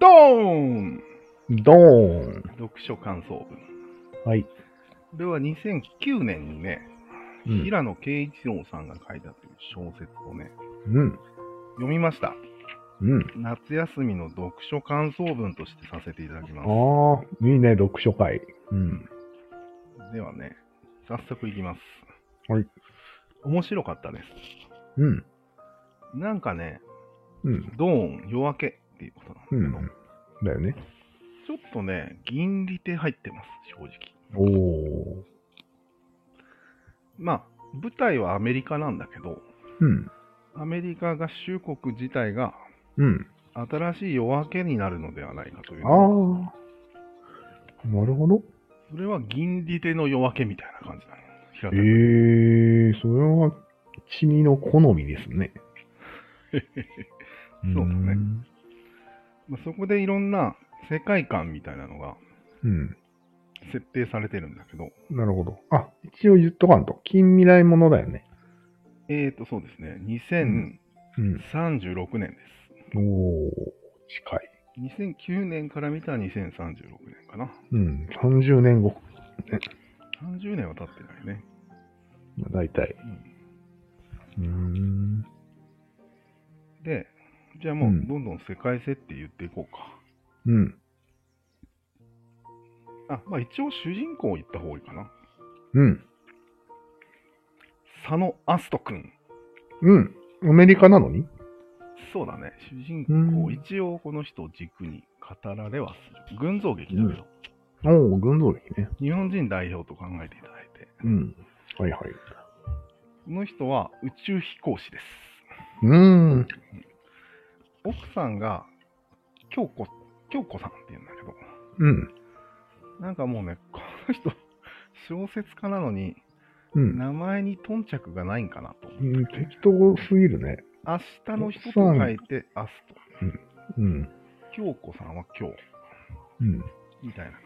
ドーンドーン。読書感想文。はい。これは2009年にね、うん。平野啓一郎さんが書いたという小説をね、うん。読みました。うん。夏休みの読書感想文としてさせていただきます。ああ、いいね、読書会。うん。ではね、早速いきます。はい。面白かったです。うん。なんかね、うん。ドーン、夜明けっていうことなんですうけど、ん。だよね。ちょっとね、銀利手入ってます、正直。おお。まあ、舞台はアメリカなんだけど、うん。アメリカが州国自体がうん。新しい夜明けになるのではないかという、ああ。なるほど。それは銀利手の夜明けみたいな感じだね。平え田え君ー、それは、君の好みですね。そうだねんまあそこでいろんな世界観みたいなのがうん。設定されてるんだけど、なるほど。あ、一応言っとかんと。近未来ものだよね。えーと、そうですね、うん。 2036年です。おー、近い。 2009年から見たら2036年かな。うん。30年後。 30年は経ってないね。だいたい。うーん。で、じゃあもううんどんどん世界設定言っていこうか。うん。あ、まあ一応主人公言った方がいいかな。うん。佐野アスト君。うん。アメリカなのにそうだね。主人う公、ん一応この人を軸に語られはする。群像劇だけど、おー、群像劇ね。日本人代表と考えていただいて、うん。はいはい。この人は宇宙飛行士です。うーん。奥さんが京子、京子さんっていうんだけど、うん。なんかもうね、この人、小説家なのに、うん。名前に頓着がないんかなと思う。うん適当すぎるね。明日の人と書いて、明日と。うん。京子さんは今日、うん。みたいな感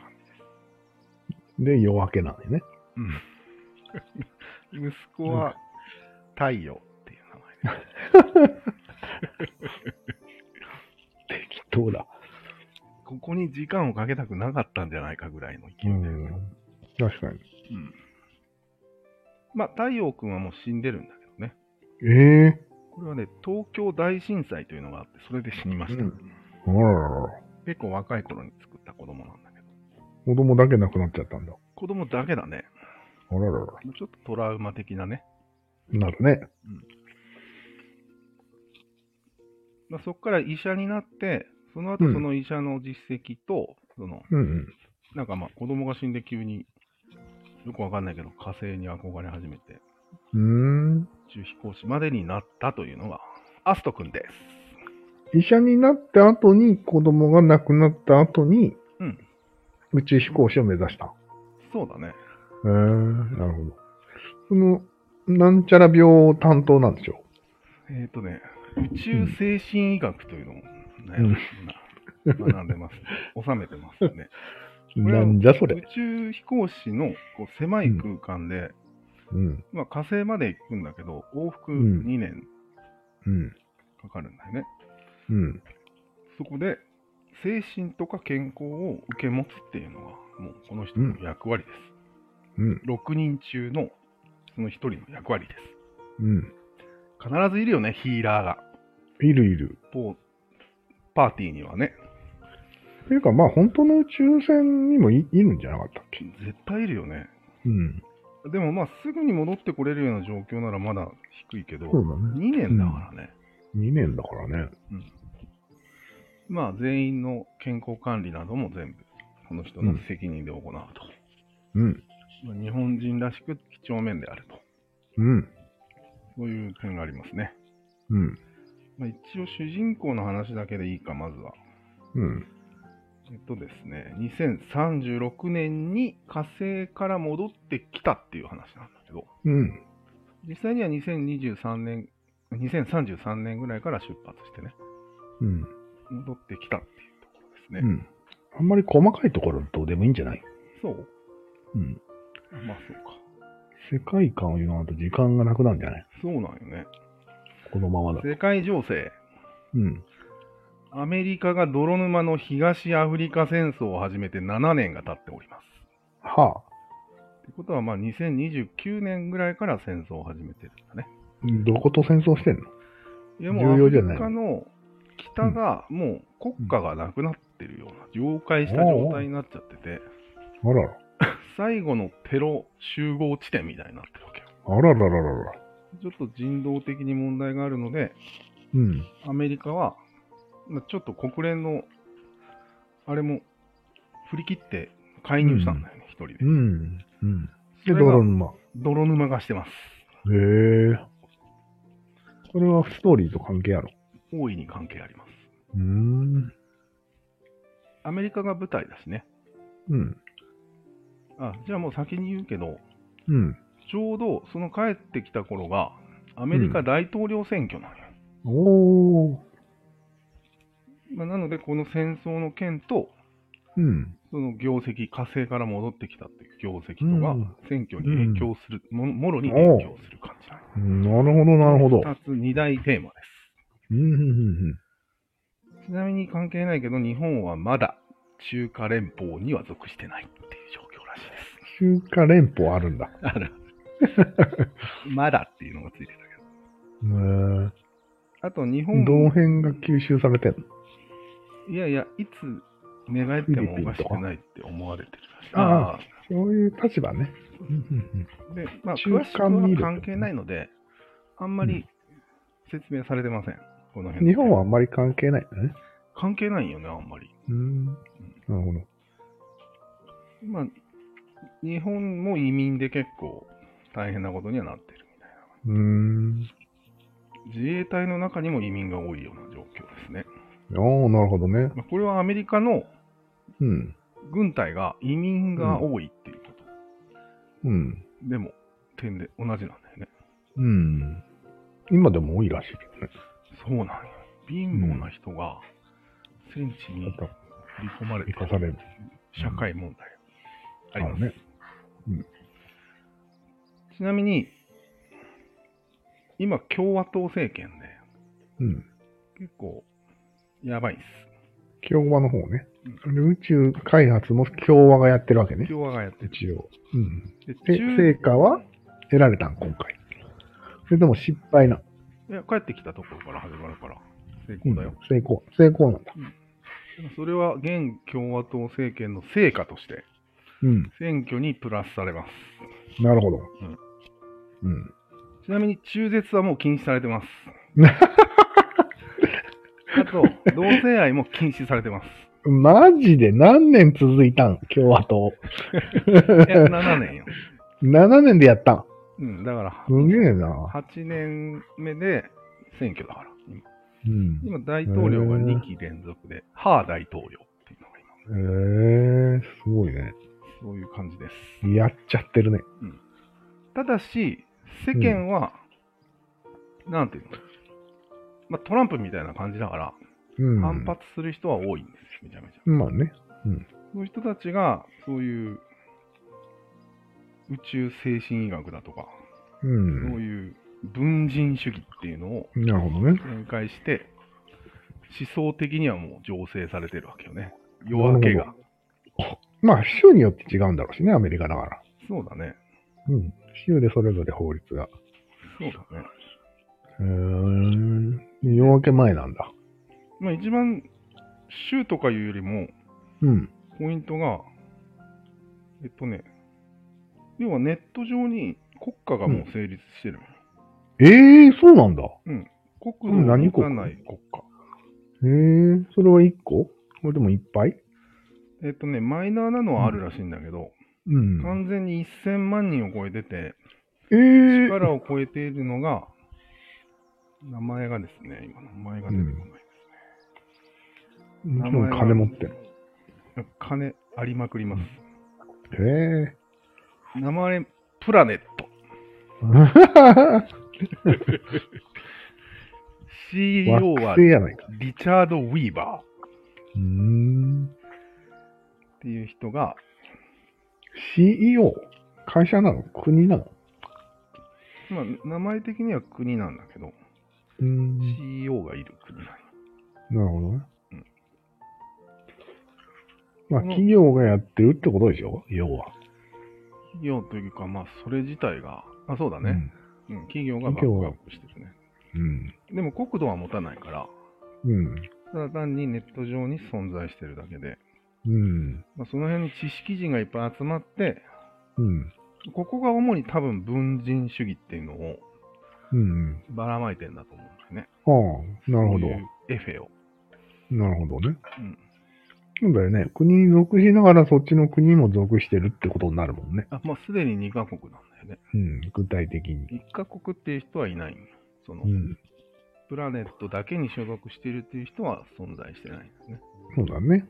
じです。で、夜明けなんでね。 息子は太陽っていう名前で適当だ。ここに時間をかけたくなかったんじゃないかぐらいの勢ういで、ん。確かに。うんまあ太陽君はもう死んでるんだけどねええこれはね東京大震災というのがあってそれで死にました、うんー。あららら。結構若い頃に作った子供なんだけど子供だけ亡くなっちゃったんだ。子供だけだねあららら。ちょっとトラウマ的なね、なるね。まあ、そこから医者になってその後その医者の実績と、そのうんうん。なんかまあ子供が死んで急によくわかんないけど火星に憧れ始めてうーん。宇宙飛行士までになったというのがアスト君です。医者になった後に子供が亡くなった後にうん、宇宙飛行士を目指した。へそうだね。えなるほど。その、なんちゃら病担当なんでしょえっ、とね、宇宙精神医学というのをね、今学んで ます、収めてますよね。う。これなはんじゃそ宇れ。宙飛行士のこう狭い空間で、うん。まあ、火星まで行くんだけど、往復うん2年うん。かかるんだよね。うん。そこで精神とか健康を受け持つっていうのが、もうこの人の役割です。うん。 6人中のその1人の役割です。うん。必ずいるよね、ヒーラーが。いるいる。ポーパーティーにはね、っていうか、まあ、本当の宇宙船にもいいるんじゃなかったっけ絶対いるよね。うん。でもまあ、すぐに戻ってこれるような状況ならまだ低いけど、そうだね。 2年だからね、 2年だからね。まあ、全員の健康管理なども全部、この人の責任で行うと。うん。まあ日本人らしく几帳面であると。うん。そういう点がありますね。うん。まあ、一応、主人公の話だけでいいか、まずは。うん。えっとですね、2036年に火星から戻ってきたっていう話なんだけど、うん。実際には2023年、2033年ぐらいから出発してね、うん。戻ってきたっていうところですね。うん。あんまり細かいところどうでもいいんじゃないそううん。まあそうか。世界観を言わんと時間がなくなるんじゃないそうなんよね。このままだと。世界情勢。うん。アメリカが泥沼の東アフリカ戦争を始めて7年が経っております。はあ。ということは、まあ、2029年ぐらいから戦争を始めてるんだね。どこと戦争してんのいや、重もう、要アじフゃないリカの北がもう国家がなくなってるような、妖怪した状態になっちゃってて、あらら。最後のテロ集合地点みたいになってるわけよ。あらららららら。ちょっと人道的に問題があるので、うん。アメリカは、まあちょっと国連の、あれも振り切って介入したんだよね、一、人でう。ん。うん。で、それが泥沼。泥沼がしてます。へえ。これはストーリーと関係ある大いに関係あります。うーん。アメリカが舞台だしね。うん。あ、じゃあもう先に言うけど、うん。ちょうどその帰ってきた頃が、アメリカ大統領選挙なんよ。おー。まあなので、この戦争の件と、うん。その業績、火星から戻ってきたっていう業績とうがん、選挙に影響する、ももろに影響する感じなんよなるほど、なるほど。二つ、二大テーマでうん、うん、うんす。ちなみに関係ないけど、日本はまだ中華連邦には属してないっていう状況らしいです。うん。中華連邦あるんだ。あら まだっていうのがついてたけど。へーあと日本どの辺が吸収されてんのいやいや、いつ寝返ってもおかしくないって思われてるらしい。フィリピンとかあそういう立場ね。うんうんあ。で、まあ、中詳しくは間にいるってことね関係ないので、あんまり説明されてません。このうん辺日本はあんまり関係ないんだね。関係ないよね、あんまり。うん。なるほど。まあ、日本も移民で結構大変なことにはなってるみたいうーん。な。自衛隊の中にも移民が多いような状況ですね。ああ、なるほどね。まあ、これはアメリカのうん。軍隊が移民が多いっていうこうん。と。でも、点で同じなんだよね。うん。今でも多いらしいけどね。そうなんよ。貧乏な人が戦地にま追い込まれて生かされる社会問題あたります、ね。ちなみに今共和党政権うん。で結構やばいっ共和の方ね。宇宙開発も共和がやってるわけすね。共和がやってる一応。うん。でえ、中成果は得られたん、今回。それとも失敗な。いや帰ってきたところから始まるから成功だよ、成功。成功なんだ。それは現共和党政権の成果としてうん。選挙にプラスされますなるほど。んうん。ちなみに中絶はもう禁止されてますあと同性愛も禁止されてますマジで何年続いたん共和党。いや7年よ、 7年でやったん。うん、だからすげえな。 8年目で選挙だから、今うん。今大統領が2期連続で、ハー大統領っていうのが今、へえすごいね。そういう感じです。やっちゃってるね。ただし、世間は、なんていうの、まあ、トランプみたいな感じだから、うん。反発する人は多いんですよ、めちゃめちゃ。まあね。その人たちが、そういう宇宙精神医学だとか、う。そうんいう文人主義っていうのをなるほどね。展開して、思想的にはもう醸成されてるわけよね。夜明けなが。まあ、州によって違うんだろうしね、アメリカだから。そうだね。うん。州でそれぞれ法律が。そうだね。へー夜明け前なんだ。まあ一番、州とかいうよりも、うん。ポイントが、えっとね、要はネット上に国家がもう成立してる。ええそうなんだ。国土を何持国たない国家。ええそれは1個これでもいっぱいえっとね、マイナーなのはあるらしいんだけど、うん。完全に1000万人を超えてて、ええー、力を超えているのが、名前がですね、今名前が出てこない。もちろん金持ってる。金ありまくります。へえ名前、プラネッ ト。CEO 惑は星やないか。リチャード・ウィーバーっうーん。ていう人が、 CEO? 会社なの国なのまあ、名前的には国なんだけど、ううん CEO がいる国ななるほどねうん。まあ、この企業がやってるってことでしょ要は。企業というか、まあ、それ自体が、あ、そうだね、うん企業がバッ企業クがアップしてるね。うん。でも、国土は持たないから、うん。ただ単にネット上に存在してるだけで、うん。まあ、その辺に知識人がいっぱい集まって、うん。ここが主に多分文人主義っていうのをうん。ばらまいてんだと思うんだよね。ああ、なるほそどう。いうエフェを。なるほどね。うんそうだよね。国に属しながらそっちの国にも属してるってことになるもんね。あまあ、すでに2カ国なんだよね。うん。具体的に。 1カ国っていう人はいないんよその、うん。プラネットだけに所属しているっていう人は存在してないんですね。そうだね。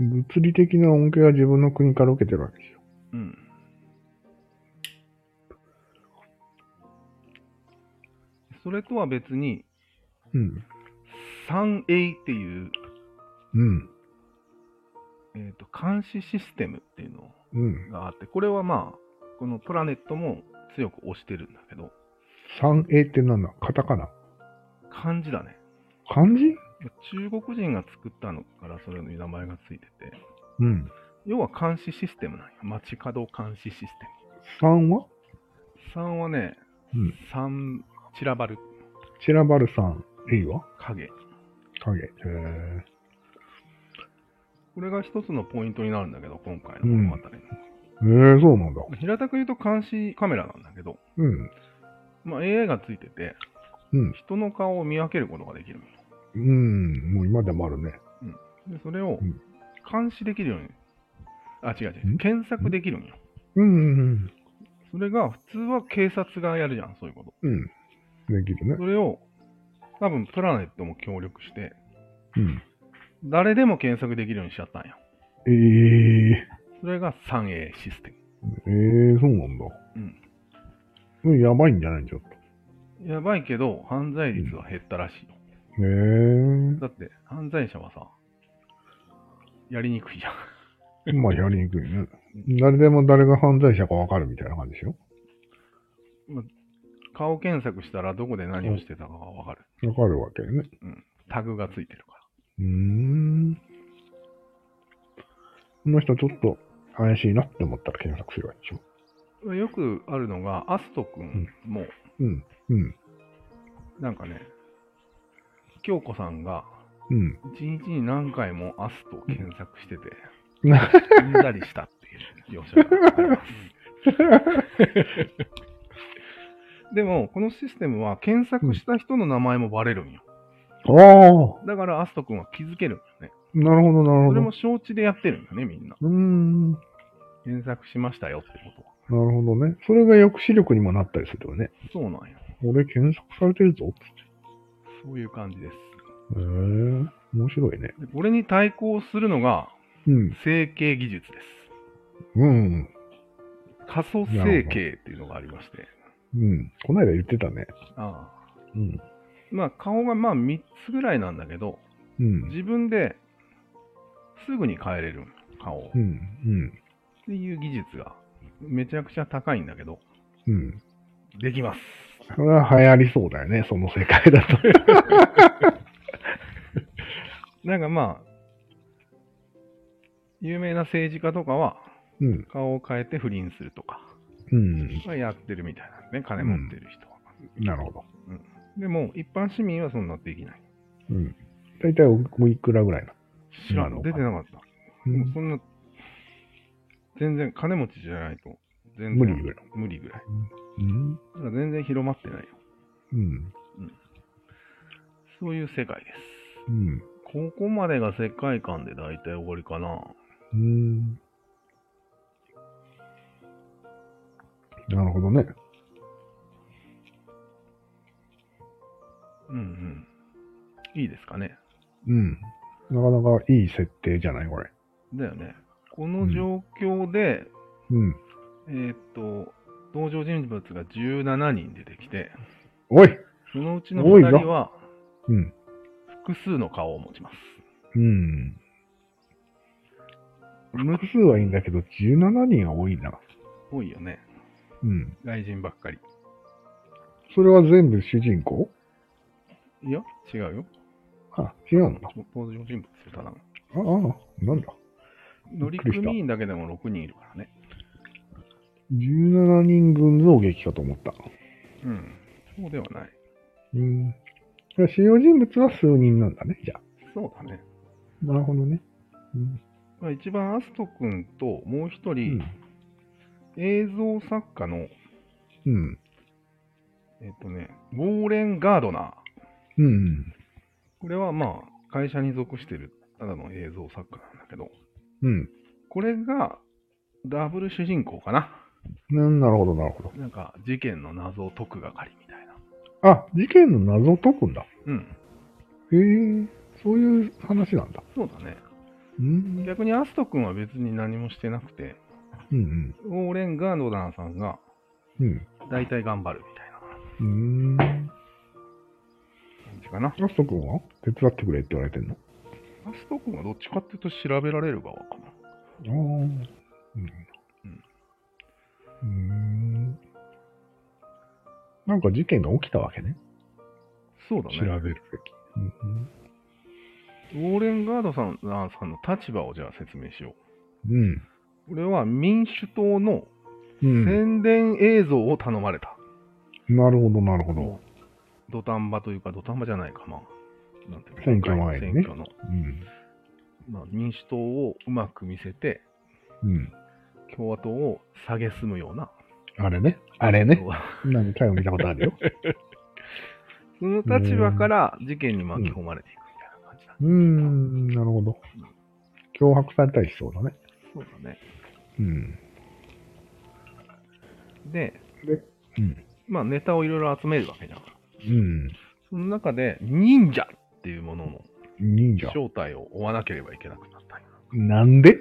物理的な恩恵は自分の国から受けてるわけですよ。うん。それとは別に、うん。 3A っていう、うん。えーと監視システムっていうのうん。があって、これはまあ、このプラネットも強く推してるんだけど、 3A ってなんだカタカナ漢字だね。漢字中国人が作ったのからそれに名前がついてて、うん。要は監視システムなんよ。街角監視システ3はム。3はね、うん三散らばる散らばる3。A は影。影。へえ。これが一つのポイントになるんだけど、今回の物語の。ええそうなんだ。平たく言うと監視カメラなんだけど、うん。まあ、AI がついてて、うん人の顔を見分けることができるうん。もう今でもあるね。ので、それをうん監視できるように、あ、違う違んう、検索できるんよ。うん。それが、普通は警察がやるじゃん、そういうこと。うん。できるね。それを、多分プラネットも協力して、うん。誰でも検索できるようにしちゃったんよ。ええそれが 3A システええそうなんだ。うんうん。やばいんじゃないちょっと。ム。やばいけど、犯罪率は減ったらしいよ。ええだって、犯罪者はさ、やりにくいじゃん。まあ、やりにくいね。誰でも誰が犯罪者かわかるみたいな感じでしょ顔検索したらどこで何をしてたかがわかる。わかるわけね。タグがついてるかうーん。この人ちょっと怪しいなって思ったら検索すればいいでしょ。ら。よくあるのが、アスト君も、うん。うん。なんかね、京子さんが、うん。一日に何回もアストを検索してて、うんうんざりしたっていう描写があります。でも、このシステムは検索した人の名前もバレるんよ。ああだから、アスト君は気づけるんよね。なるほど、なそるほれど。も承知でやってるんよね、みんな。うーん。な検索しましたよってことは。るほどね。それが抑止力にもなったりするよね。そうなんよ。俺検索されてるぞ。そういう感じです。へえ面白いね。でこれに対抗するのが、うん。整形技術です。うん。仮想整形っていうのがありまして。うん。こないだ言ってたね。ああうん。まあ、顔がまあ3つぐらいなんだけど、うん。自分ですぐに変えれる顔をうっん。ていう技術がめちゃくちゃ高いんだけど、うん。うん。できます。それは流行りそうだよね。その世界だと。 なんかまあ、有名な政治家とかはうん。顔を変えて不倫するとか、うん。まあ、やってるみたいなんですね、金持ってる人は。なるほど。でも、一般市民はそんなできない。うん。大体おおいくらぐらいな知らなるん、ほど出てなかった。でものそんな、全然金持ちじゃないと、全然無理ぐらい。無理ぐらい。うん。だから全然広まってないよ。うん。そういう世界でうん。す。ここまでが世界観で大体終わりかな。うん。なるほどね。うんうん。いいですかね。うん。なかなかいい設定じゃないこれ。だよね。この状況で、うん。えーっと、登場人物が17人出てきて、おいそのうちの多い2ぞ人はうん。複数の顔を持ちます。うん。複数はいいんだけど、17人は多いな。多いよね。うん。外人ばっかり。それは全部主人公いや、違うよ。あ、違うのか。登場人物よ、ただの。ああ、なんだ。乗びっくりした組員だけでも6人いるからね。 17人群像劇かと思った。うん。そうではない。うん。主要人物は数人なんだね、じゃあ。そうだね。なるほどね。うん。まあ、一番アスト君ともう一う人、ん。映像作家の、うん。えっとね、ウォーレン・ガードナー。うん。これはまあ、会社に属してるただの映像作家なんだけど、うん。これがダブル主人公かな。うんなるほど、なるほど。なんか事件の謎を解く係みたいな。あ、事件の謎を解くんだ。うん。へえ、そういう話なんだ。そうだね。うん。逆にアスト君は別に何もしてなくて、うんウォーレン・ガードナーさんがうん。大体頑張るみたいなうん。うーん。感じかな。ラスト君は手伝ってくれって言われてんのアスト君はどっちかっていうと調べられる側かな。ああ。うん。うん。なんか事件が起きたわけね。そうだ調ね。べるべき。うんウォーレン・ガードさんナーさんの立場をじゃあ説明しようん。う。これは民主党のうん。宣伝映像を頼まれた。なるほど、なるほど。土壇場というか、土壇場じゃないか、まあ。なんていうの選挙前にね選挙の、うん。まあ、民主党をうまく見せて、うん。共和党を下げすむような、あれね。あれね。要は何回も見たことあるよ。その立場から事件に巻き込まれていくみたいな感じだ、うーん、なるほど。脅迫されたりしそうだね。そうだね。うん。で、うん。まあ、ネタをいろいろ集めるわけじゃん。うん。その中で、忍者っていうものの忍者。正体を追わなければいけなくなったんよなんで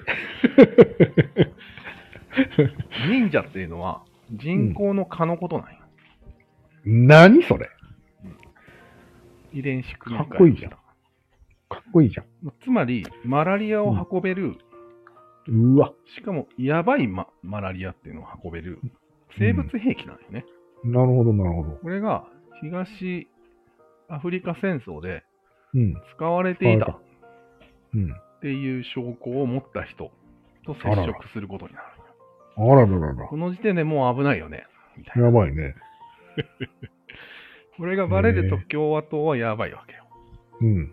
忍者っていうのは、人工の蚊のことなんよ。何それ遺伝子組み換えかっこいいじゃんかっこいいじゃまあつまり、マラリアを運べる、ん。うわ。しかも、やばいママラリアっていうのを運べる生物兵器なんよね。なるほど、なるほど。これが東アフリカ戦争でうん。使われていたっうん。あていう証拠を持った人と接あら触らすることになる。らららら。この時点でもう危ないよね。みたいな。やばいね。これがバレるとへ共和党はやばいわけよ。うん。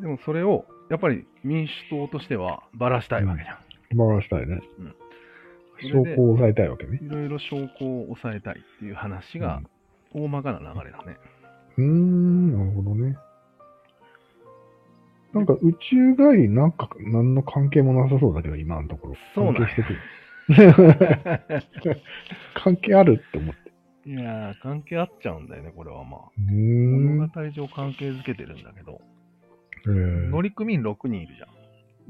でもそれを、やっぱり民主党としてはばらしたいわけじゃん。回したいね。証それで拠を抑えたいわけね。いろいろ証拠を抑えたいっていう話が大まかな流れだね。うーん、なるほどね。なんか宇宙帰り、なんか、何の関係もなさそうだけど、今のところ。そうなんや関係してくる。 関係あるって思って。いやー、関係あっちゃうんだよね、これはまあ。うーん。物語上関係づけてるんだけど、えー乗組員6人いるじゃん。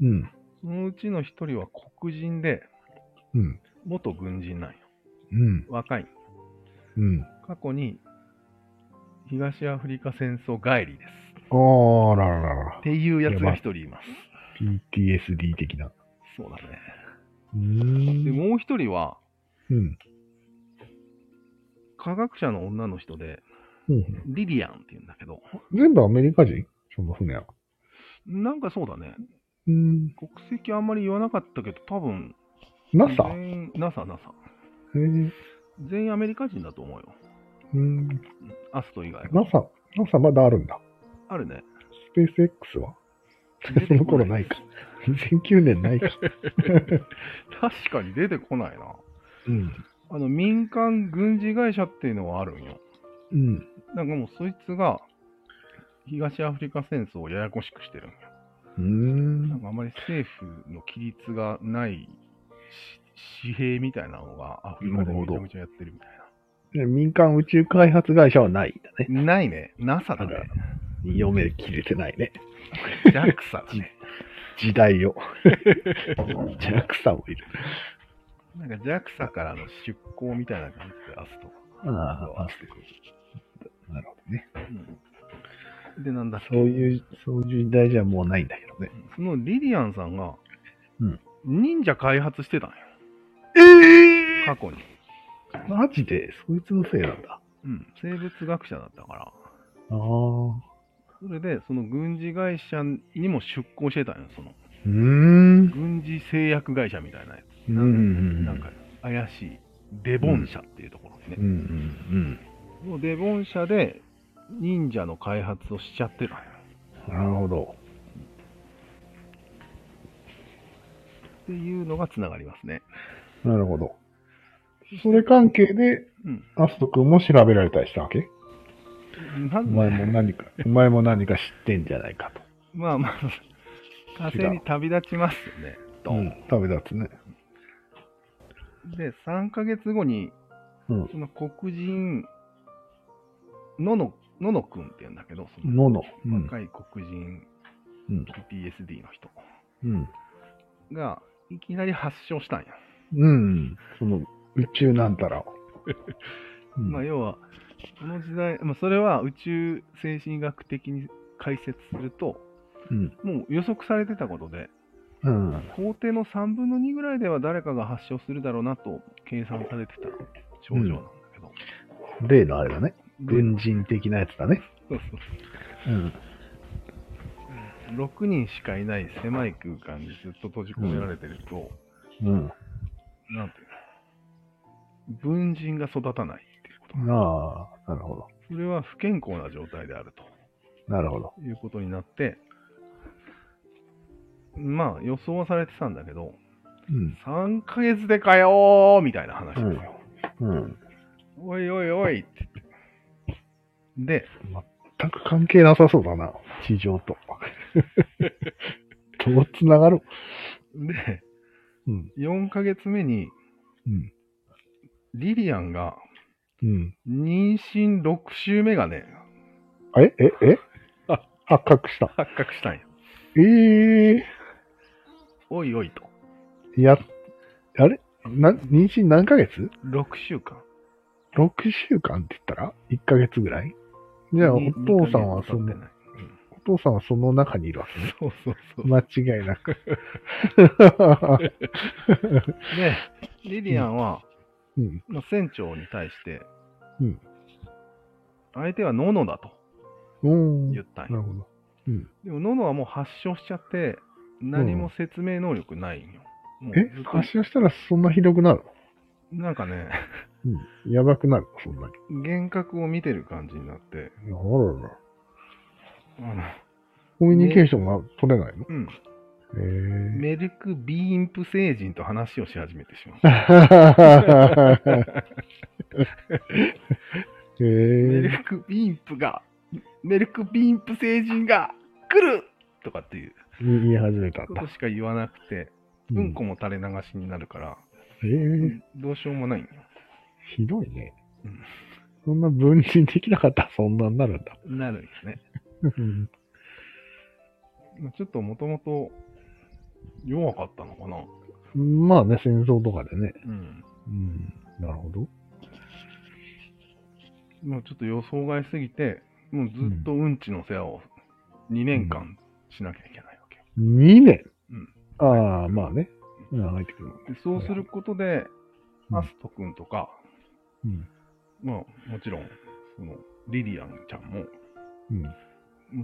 うん。そのうちの1人は黒人で、うん。元軍人なんよ。うん。若い。うん。過去に、東アフリカ戦争帰りです。あららららっ。ていうやつが1人います。 PTSD 的な。そうだね。うーで、ん。もう1人は、うん。科学者の女の人で、うん。リリアンって言うんだけど、全部アメリカ人その船は。なんかそうだね。うーん。国籍あんまり言わなかったけど、多分、 NASA? 全員、NASA、NASA。えー、全員アメリカ人だと思うよ。うーん。うんアスト以外は。 NASA、NASA まだあるんだ。あるね。スペース X はその頃ないか。2009年ないか。確かに出てこないな。うん。あの、民間軍事会社っていうのはあるんよ。うん。なんかもうそいつが、東アフリカ戦争をややこしくしてるんよ。うーなんん。かあまり政府の規律がないし紙幣みたいなのがアフリカでめちゃめちゃやってるみたいで民間宇宙開発会社はないんだね。な。ないね。NASA だね。読めきれてないね。 JAXA だ ね。時代を。ジャクサもいる。なんか JAXA からの出向みたいな感じで、アストああ、なるほどね。が。うんで、なんだっけそういう、そういう時代じゃもうないんだけどね。そのリリアンさんがうん、忍者開発してたんよ、ええ過去に。マジで、そいつのせいなんだ。うん、生物学者だったから、ああ。それで、その軍事会社にも出向してたんよ、その、うーん。軍事製薬会社みたいなやつ。うんうんうんなんか、怪しい、デボン社っていうところにねうんう。んもうデボン社で忍者の開発をしちゃってたんようん。なるほど。っていうのがつながりますね。なるほど。それ関係で、うん。アスト君も調べられたりしたわけなおん前で、も何 か、お前も何か知ってんじゃないかと。まあまあ、火星に旅立ちますよね。ドうンん。旅立つね。で、3ヶ月後に、うん。その黒人、のの、ののくんって言うんだけど、そののの。うん。若い黒人、うん。 PTSD の人うん。が、いきなり発症したんや。うん。その、宇宙なんた らを。うんまあ、要は、この時代、まあ、それは宇宙精神学的に解説すると、うん。もう予測されてたことで、うん。皇帝の3分の2ぐらいでは誰かが発症するだろうなと計算されてた症状なんだけど、例のあれだね。で軍人的なやつだね。そうそううん。 6人しかいない狭い空間にずっと閉じ込められてると、うん。なんていうの、文人が育たないっていうことなんだ、ああ、なるほど。それは不健康な状態であるなるほど。ということになって、まあ予想はされてたんだけど、うん。 3ヶ月でかよーみたいな話ですよ。うん。おいおいおいって言って。で、全く関係なさそうだな。地 上と。どう繋がるで、うん。 4ヶ月目にうん。リリアンがうん。妊娠6週目がね、えええ発覚した。発覚したんや。ええおいおいと。いや、あれな、妊娠何ヶ月6週間。 ?6 週間って言ったら ?1 ヶ月ぐらいじゃあ、おに父さんは二ヶそ月経って、のないお父さんはその中にいるわ けね。そうそうそう。間違い なく。 で、リリアンは、うん。まあ、船長に対して、うん相手はノノだとうん。言なったんや。るほど。でもノノはもう発症しちゃって、何も説明能力ないんよ。もうえずっと発症したらそんなひどくなるなんかね、のうん。やばくなるそんなに。幻覚を見てる感じになって、あららら。あの、コミュニケーションが取れないのうん、 へメルク・ビーンプ星人と話をし始めてしまう。え。へメえ。ルク・ビーンプが、メルク・ビーンプ星人が来るとかっていう言い始めたんこだと。しか言わなくて、うんこも垂れ流しになるから、うん。へえ。どうしようもないんよ。ひどいねうん。そんな分身できなかったらそ んなになるんだ。なるんよね。まあちょっともともと弱かったのかな。まあね、戦争とかでね。うん。うん。なるほど。もうちょっと予想外すぎて、もうずっとうんちの世話を2年間しなきゃいけないわけよ。 2年。うんああ、まあね。うん、入ってくるもんね。でそうすることで、うんアスト君とか、うん。まあ、もちろん、そのリリアンちゃんも、うん。もう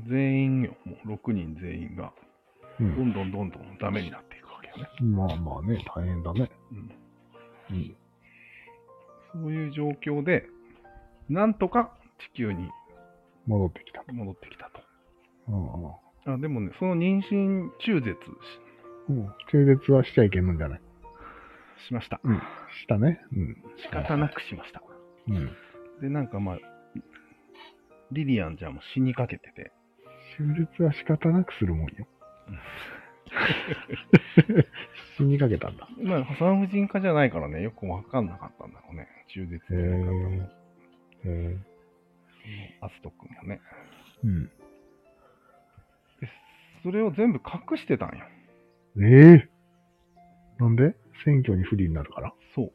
全員よ、もう6人全員が、うどんんどんどんどんダメになっていくわけよね。まあまあね、大変だね。うん、うん。そういう状況で、なんとか地球に戻ってきた。戻ってきたと。うんうん。あでもね、その妊娠中絶うん。中絶はしちゃいけないんじゃないししました。うん。したね。うん。仕方なくしました。うん。で、なんかまあ、リリアンちゃんも死にかけてて、中絶は仕方なくするもんようん。死にかけた んだ。まあ、産婦人科じゃないからね、よくわかんなかったんだろうね。中絶のやり方も、へえ。アスト君もね。うん。でそれを全部隠してたんや。ええなんで選挙に不利になるからそう。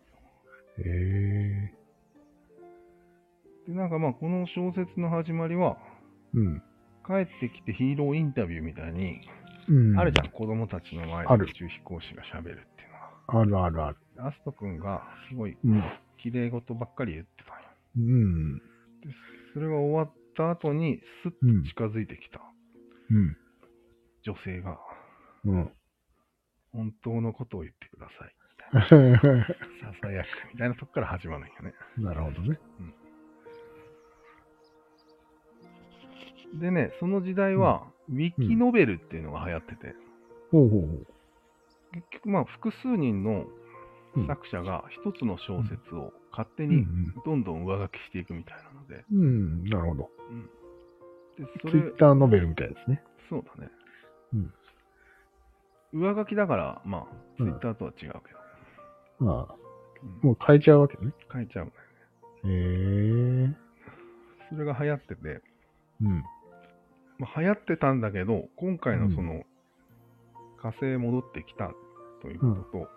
ええで、なんかまあ、この小説の始まりは、うん。帰ってきてヒーローインタビューみたいに、うん。あるじゃん、子供たちの前あでる宇宙飛行士が喋るっていうのは。あるあるある。でアスト君がすごいうん。綺麗事ばっかり言ってたんや。うん。でそれが終わった後に、すっとうん近づいてきたうん。女性が、 うん。本当のことを言ってください。ささやくみたいなとこから始まるんよね。なるほどね。でね、その時代は、ウィキノベルっていうのが流行ってて、ほうほうほう。結局まあ複数人のうん作者が一つの小説を勝手うんうにんどんどん上書きしていくみたいなので、うん、なるほど。でそツイれ、ッターノベルみたいですね。そうだね。うん上書きだから、まあ、ツうイんッターとは違うけど、まあ、うんもう変えちゃうわけね。書いちゃうね。へえ。それが流行ってて、うん。まあ、流行ってたんだけど、今回のその、火星戻ってきたということと、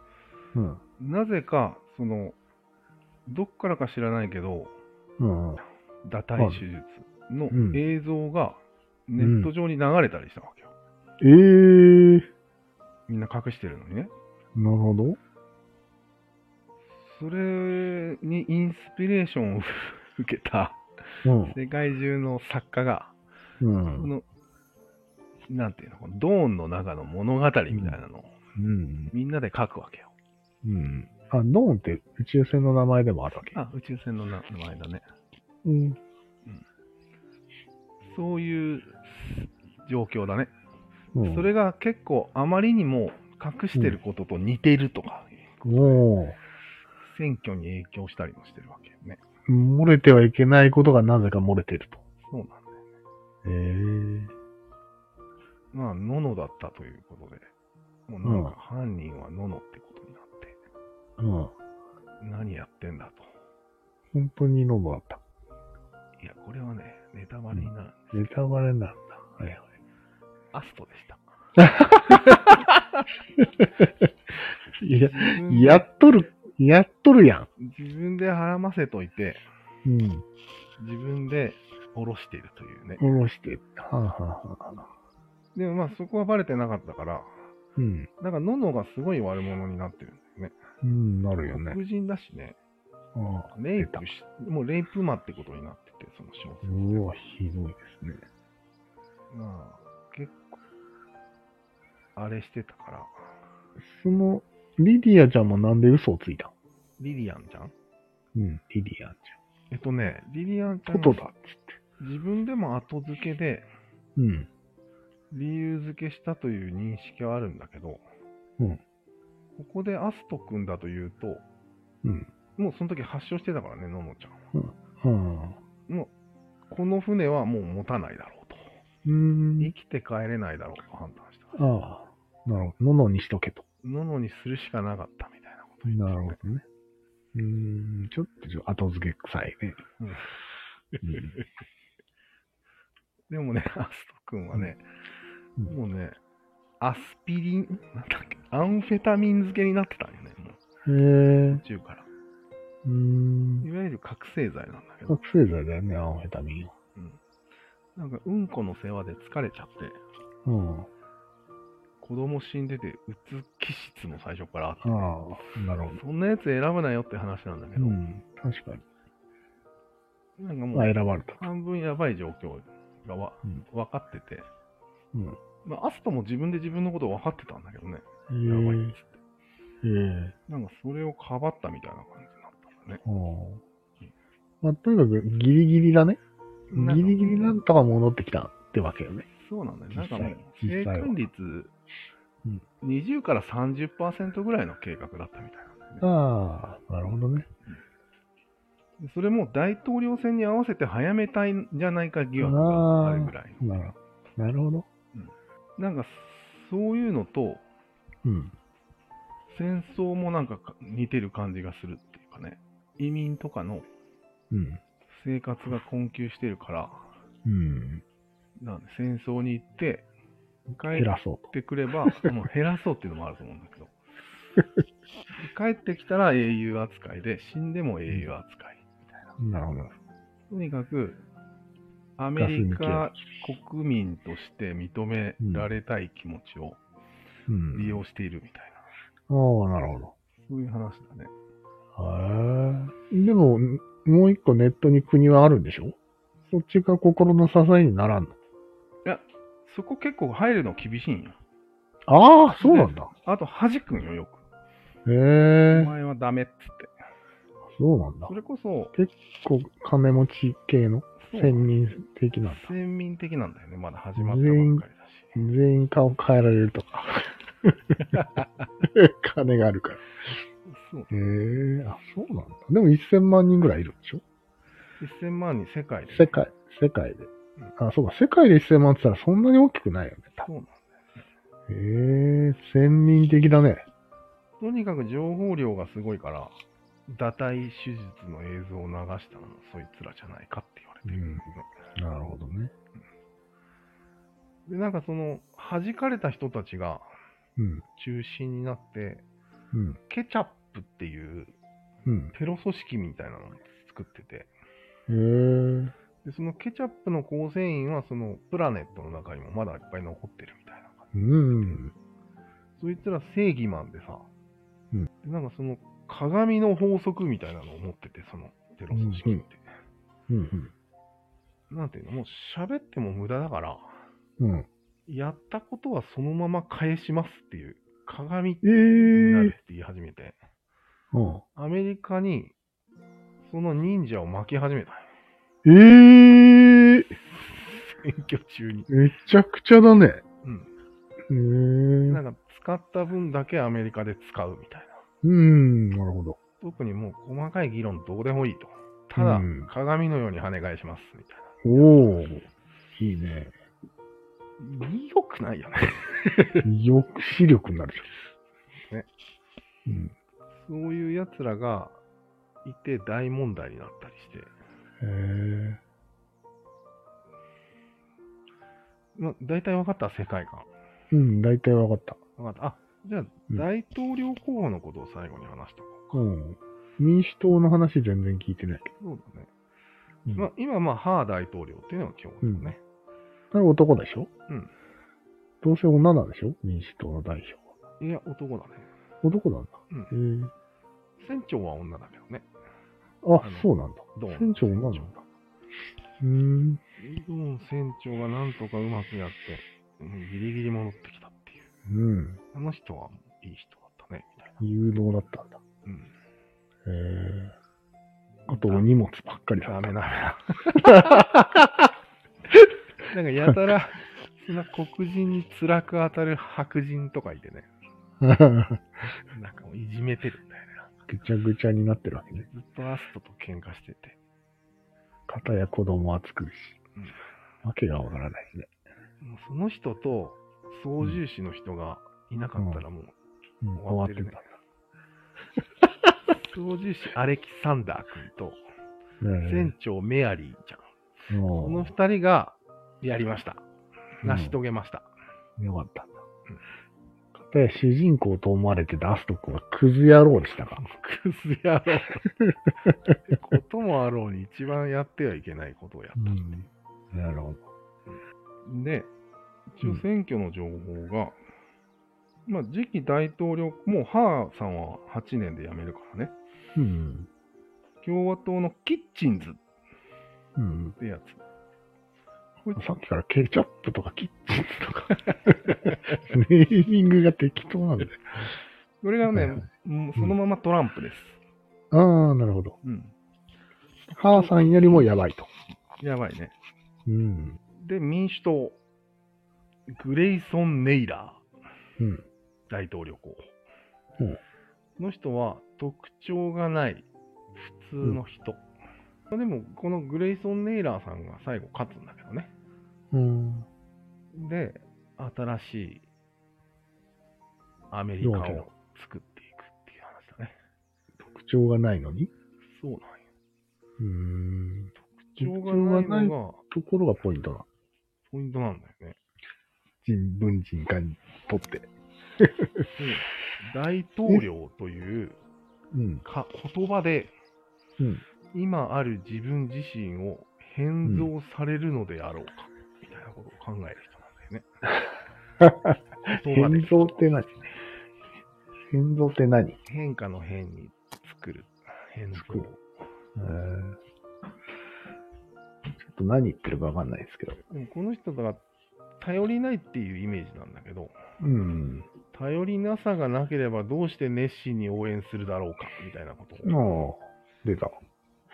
うん。なぜか、その、どっからか知らないけど、うん。堕胎手術のうん映像がネット上に流れたりしたわけよ。ええ。みんな隠してるのにね。なるほど。それにインスピレーションを受けたうん。世界中の作家が、うんこ。の、なんていうの、このドーンの中の物語みたいなのをうん。みんなで書くわけよ。うん。あ、ノーンって宇宙船の名前でもあるわけ。あ、宇宙船のな名前だね。うん。そういう状況だね。うんそ、れが結構あまりにも隠してることと似てるとか、も選挙に影響したりもしてるわけよね。う、漏れてはいけないことがなぜか漏れてると。そうなんだよ。へえ。まあ、ノノだったということで、もうなんか犯人はノノってことになって、うん。何やってんだと。本当にノーンだった。いや、これはね、ネタバレになるんですけどネタバレなんだ。はいはい。アストでした。い自や、分でやっとる、やっとるや自分ではらませといて、ん。うん。自分で下ろしているというね。下ろして。はあ、はあはあ、でもまあそこはバレてなかったから、うん。だからノノがすごい悪者になってるんだよね。うん、なるよね。黒人だしね、ああ。レイプし、もうレイプ魔ってことになってて、その小説。うわ、ひどいですね。まあ、結構、あれしてたから、その、リディアちゃんもなんで嘘をついたリリアンちゃんうん、リディアちえっとね、リリアンちゃゃん。んトがトだっつって。自分でも後付けでうん。理由付けしたという認識はあるんだけど、うんここでアスト君だというと、うん。もうその時発症してたからね、ののちゃんは。はあ。もう、この船はもう持たないだろうと。うーん生。きて帰れないだろうと判断した。ああ。なるほど。ののにしとけと。ののにするしかなかったみたいなこと言ってなたねるほどね。うーん。ちょっとちょ後付け臭いね。うんうんでもね、 アスト君はね、うんもうね、アスピリン、なんだっけ、アンフェタミン漬けになってたんよね、もうへえ。途中から。うーん。いわゆる覚醒剤なんだけど、覚醒剤だよね、アンフェタミンは。うん、なんかうんこの世話で疲れちゃって、うん。子供死んでて、うつ気質も最初からあって、ああ。なるほど。そんなやつ選ぶなよって話なんだけうど、ん。確かに。なんかもまあ、う選ばれた。半分やばい状況がわ、うん分かってて、うん。まあ、アストも自分で自分のこと分かってたんだけどね、やばいっつっへて。え。へえ。なんかそれをかばったみたいな感じになったんだね。ああ。まあ、とにかくギリギリだね。なんかギリギリなんとか戻ってきたってわけよね。そうなんだよ。実なんか際もう、実際生は還率うん20から30%ぐらいの計画だったみたいなんだよね。ああ。なるほどね。それも大統領選に合わせて早めたいんじゃないか疑惑があるぐらい。なるほどなるほど。なんかそういうのとうん。戦争もなんかか似てる感じがするっていうかね。移民とかのうん。生活が困窮してるから、うん。なんで戦争に行って、帰減らそうってくれば、もう減らそうっていうのもあると思うんだけど、帰ってきたら英雄扱いで、死んでも英雄扱いみたいな。と。なるほど。とにかく、アメリカ国民として認められたい気持ちをうん。利用しているみたいああ、なるな、ほそういう話だね。ど。へえ。でも、もう一個ネットに国はあるんでしょそっちが心の支えにならんの。いや、そこ結構入るの厳しいんよ。ああ、そうなんだ。あと、弾くんよ、よく。へおえ、前はダメっつって。そうなんだそ。れこそ、こう、金持ち系のそう専任的なんだ。先民的なんだよね。まだ始まったばっかりだし。全員顔変えられると か。金があるから。そう。へえあ、そうなんだ。でも1000万人ぐらいいるんでしょ1000万人世界で、世。界、世界で。あ、そうか、世界で1000万って言ったらそんなに大きくないよね。そうなんだよ。へえ専任的だね。とにかく情報量がすごいから、堕胎手術の映像を流したのもそいつらじゃないかって言われてる、なるほどね。で、なんかその、弾かれた人たちがうん、中心になって、うん、ケチャップっていううん。テロ組織みたいなのを作ってて、へえで、そのケチャップの構成員はそのプラネットの中にもまだいっぱい残ってるみたいな感じ。うん。そいつら正義マンでさ、うんでなんかその鏡の法則みたいなのを持ってて、そのテロ組織って。うんうん、なんていうの、もう喋っても無駄だから、うん。うん。やったことはそのまま返しますっていう、鏡えになれーって言い始めて、うんアメリカにその忍者を巻き始めたんよ。 えー、選挙中に。めちゃくちゃだね。うん。へえなんか使った分だけアメリカで使うみたいな。うん、なるほど。特にもう細かい議論どうでもいいと。ただうん、鏡のように跳ね返しますみたいおお、いいね。な。良くないよね。抑止力になるじゃん。ね。うん。そういう奴らがいて大問題になったりして。へまあ、大体分かった世界観。え。うん、大体わかった。分かった。あ、じゃあ、ん大統領候補のことを最後に話したこうん。民主党の話全然聞いてないけう。そうだね。ど。うんまあ、今、まあ、ハー大統領っていうのが今日ですね。あれ男でしょうん。どうせ女なんでしょ民主党の代表は。いや、男だね。男なんだ。うへえ。船長は女だけどね。ああの、そうなんだ。どうも船長女なんだ。うーん。どうも船長がなんとかうまくやって、うんギリギリ戻ってきたっていう。うん。あの人はもういい人だったね、みたいな。誘導だったんだ。 うん。へえ。あとお荷物ばっかりだダっメダメだ。た。なんかやたら、そんな黒人に辛く当たる白人とかいてね、なんかもういじめてるんだよね。 ぐちゃぐちゃになってるわけね。ずっとアストと喧嘩してて。片や子供は作るしうん。わけがわからないね。もうその人と操縦士の人がいなかったらもううん、終わってるねんだ。。 操縦士アレキサンダー君とね船長メアリーちゃん。えこもの二人がやりました。うん成し遂げました。う、よかったんだ。片や主人公と思われて出すとこはクズ野郎でしたか。クズ野郎。こともあろうに一番やってはいけないことをやっうん。なるほど。た。で、一う応ん選挙の情報が、まあ次期大統領、もうハーさんは8年で辞めるからね。うん。共和党のキッチンズっうん。てやつ。こいつさっきからケチャップとかキッチンとか、ネーミングが適当なんだよ。それがはいはねい、もうそのままトランプです。ああ、なるほど。うん。母さんよりもやばいと。やばいね。うん。で、民主党、グレイソン・ネイラうん。ー大統領候補。うんこの人は特徴がない普通の人。でも、このグレイソン・ネイラーさんが最後勝つんだけどね。うん。で、新しいアメリカを作っていくっていう話だね。特徴がないのにそうなんよ。うん。特徴がないのがところがポイントなの。ポイントなんだよね。人文人化にとって。大統領といううん。か言葉でうん。今ある自分自身を変造されるのであろうか、みたいなことを考える人なんだよね。言葉で 変造って何変造って何変化の変に作る。変造作る。えーちょっと何言ってるかわかんないですけど。でもこの人だから、頼りないっていうイメージなんだけど、うん。頼りなさがなければどうして熱心に応援するだろうか、みたいなことあを、あ、出た。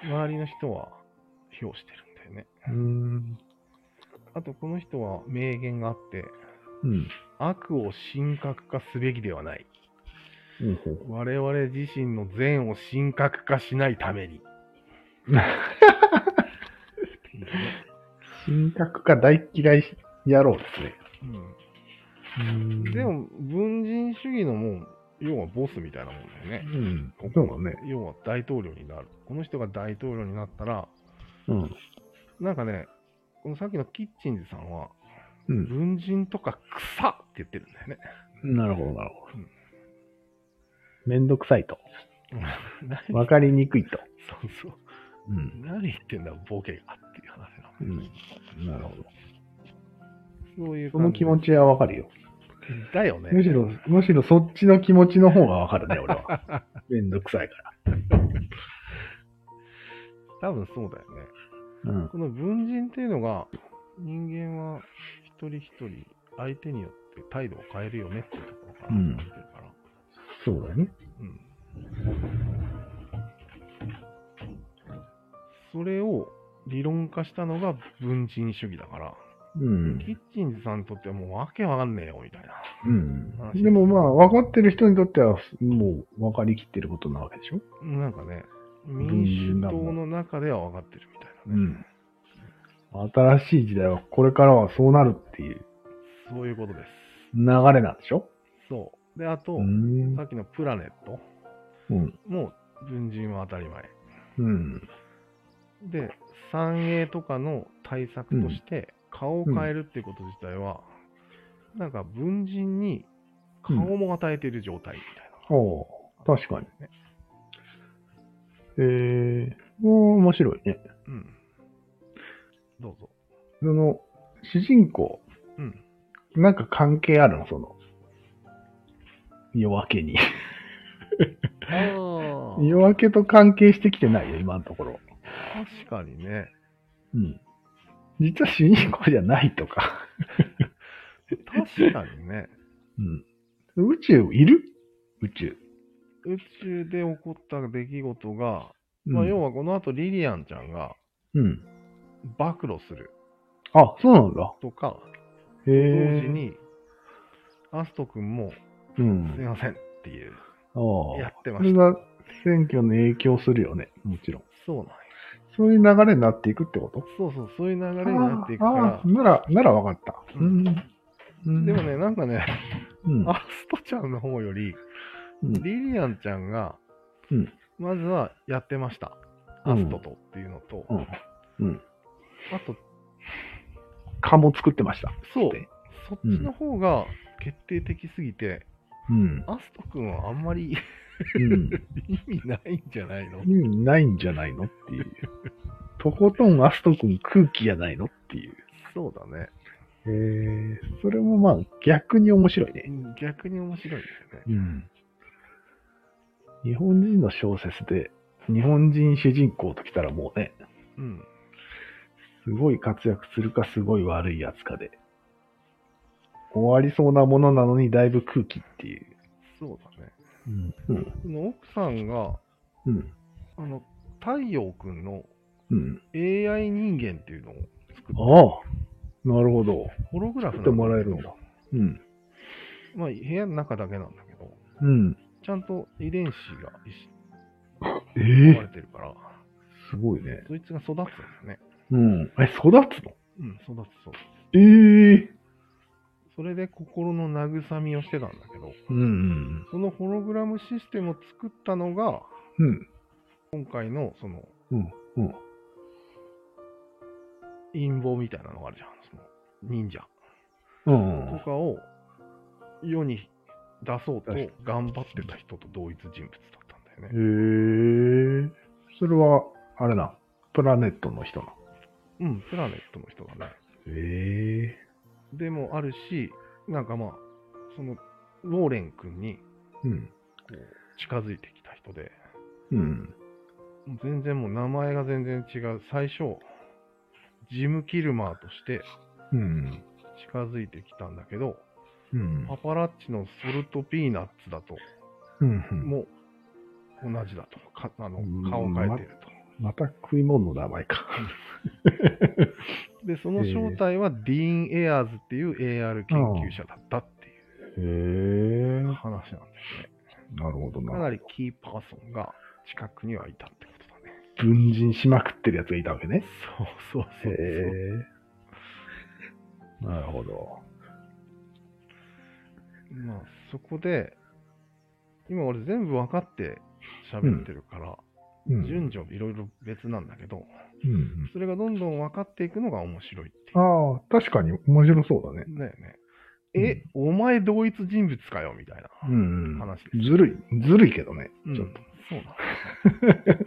周りの人は評してるんだよね。うーん。あと、この人は名言があって、うん。悪を神格化すべきではない。うんほう我々自身の善を神格化しないために。神格が大嫌い野郎ですね。うんで、も、文人主義のもう、要はボスみたいなもんだようね。ん。そうだね。要は大統領になる。この人が大統領になったら、うん。なんかね、このさっきのキッチンズさんは、うん。文人とか草って言ってるんだよね。なるほど、なるほどうん。めんどくさいと。何わかりにくいと。そうそう。うん。何言ってんだ、ボケがっていう話なの。うん。なるほど。そういうそ感のじ気持ちはわかるよ。だよね。むしろ、むしろそっちの気持ちの方がわかる ね、俺は。めんどくさいか多分そうだよね。ら。うん。この文人っていうのが、人間は一人一人、相手によって態度を変えるよねっていうところからうん始まってるから。そうだね。うんそれを理論化したのが文人主義だから、うん。キッチンズさんにとってはもうわけわかんねえよみたいな。うん。でもまあ、分かってる人にとっては、もう分かりきってることなわけでしょなんかね、文民人主だもん党の中では分かってるみたいなうね。ん。新しい時代は、これからはそうなるっていうそういうことです。流れなんでしょそう。で、あと、んさっきのプラネットうん。も文人は当たり前。うん。で、三栄とかの対策として、顔を変えるってこと自体は、なんか文人に顔も与えている状態みたいおう確かにね。えー、おー面白いね。な。うん。どうぞ。その、主人公、うん。なんか関係あるのその、夜明けに。あ夜明けと関係してきてないよ、今のところ。あ、確かにね。うん。実は主人公じゃないとか。確かにね。うん。宇宙いる宇宙。宇宙で起こった出来事が、うん、まあ、要はこの後リリアンちゃんがうん。暴露するあ、そうなんだ。とか、へ同え。時。に、アスト君も、うすいん。ませんっていう、ああ。やってまそれした。が選挙の影響するよね。もちろん。そうなんよそういう流れになっていくってことそうそう、そういう流れになっていくかあらあ、なら、ならわかった。ううんでもね、、なんかね、 うん。アストちゃんの方より、うんリリアンちゃんがうん、まずはやってました。うんアストとっていうのと、うんうん。あと、蚊も作ってました。そうで、そっちの方が決定的すぎて、うん。アスト君はあんまり うん。意味ないんじゃないの意味ないんじゃないのっていう。とことんアスト君空気じゃないのっていう。そうだね。へえ、それもまあ逆に面白いね。逆に面白いですよね。うん。日本人の小説で日本人主人公ときたらもうね、うん。すごい活躍するかすごい悪いやつかで、終わりそうなものなのにだいぶ空気っていう。そうだね。うん。うん。その奥さんが、うん。あの、太陽君のうん。 AI 人間っていうのを作って、ああ、なるほど。ホログラフなん作ってだけどもらえるんだ。うん。まあ、部屋の中だけなんだけど、うん。ちゃんと遺伝子がええ含まれてるから、すごいね。そいつが育つんだよね。うん。え、育つのうん、育つそう。ええそれで心の慰みをしてたんだけど、うんそのホログラムシステムを作ったのが、うん。うん。今回のそのうん。うん。陰謀みたいなのがあるじゃん。その忍者うん。とかを世に出そうと出し頑張ってた人と同一人物だったんだよね。へえ。それは、あれな、プラネットの人な。うん、プラネットの人がね。へえ。でもあるし、なんかまあ、その、ウォーレン君にうん。こう近づいてきた人で、うん。全然もう名前が全然違う。最初、ジム・キルマーとしてうん。近づいてきたんだけど、うん。パパラッチのソルトピーナッツだと、うん。もう同じだと。かあの顔を変えてると。また食い物の名前か。で、その正体はディーン・エアーズっていう AR 研究者だったっていへえ。う話なんですね。なるほどかなな。りキーパーソンが近くにはいたってことだね。分人しまくってるやつがいたわけね。そうそうそうそへう。え。なるほど。まあ、そこで、今俺全部分かって喋ってるから、うん。順序いろいろ別なんだけど、うん、それがどんどん分かっていくのが面白いっていう。ああ、確かに面白そうだね。だよね。え、お前同一人物かよみたいな。うん話ですずるい。ずるいけどね。うんちょっと。そう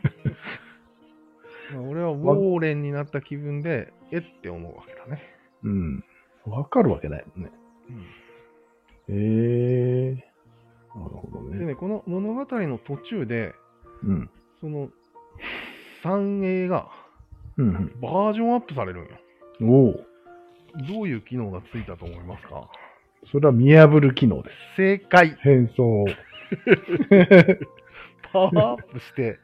なの。まあ俺はウォーレンになった気分で、えって思うわけだね。うん。わかるわけないもんね。うんへえ。なるほどでね。ね、この物語の途中で、うん。その、三栄がうん。バージョンアップされるんよ。おお。どういう機能がついたと思いますかそれは見破る機能です。正解変装を。パワーアップして、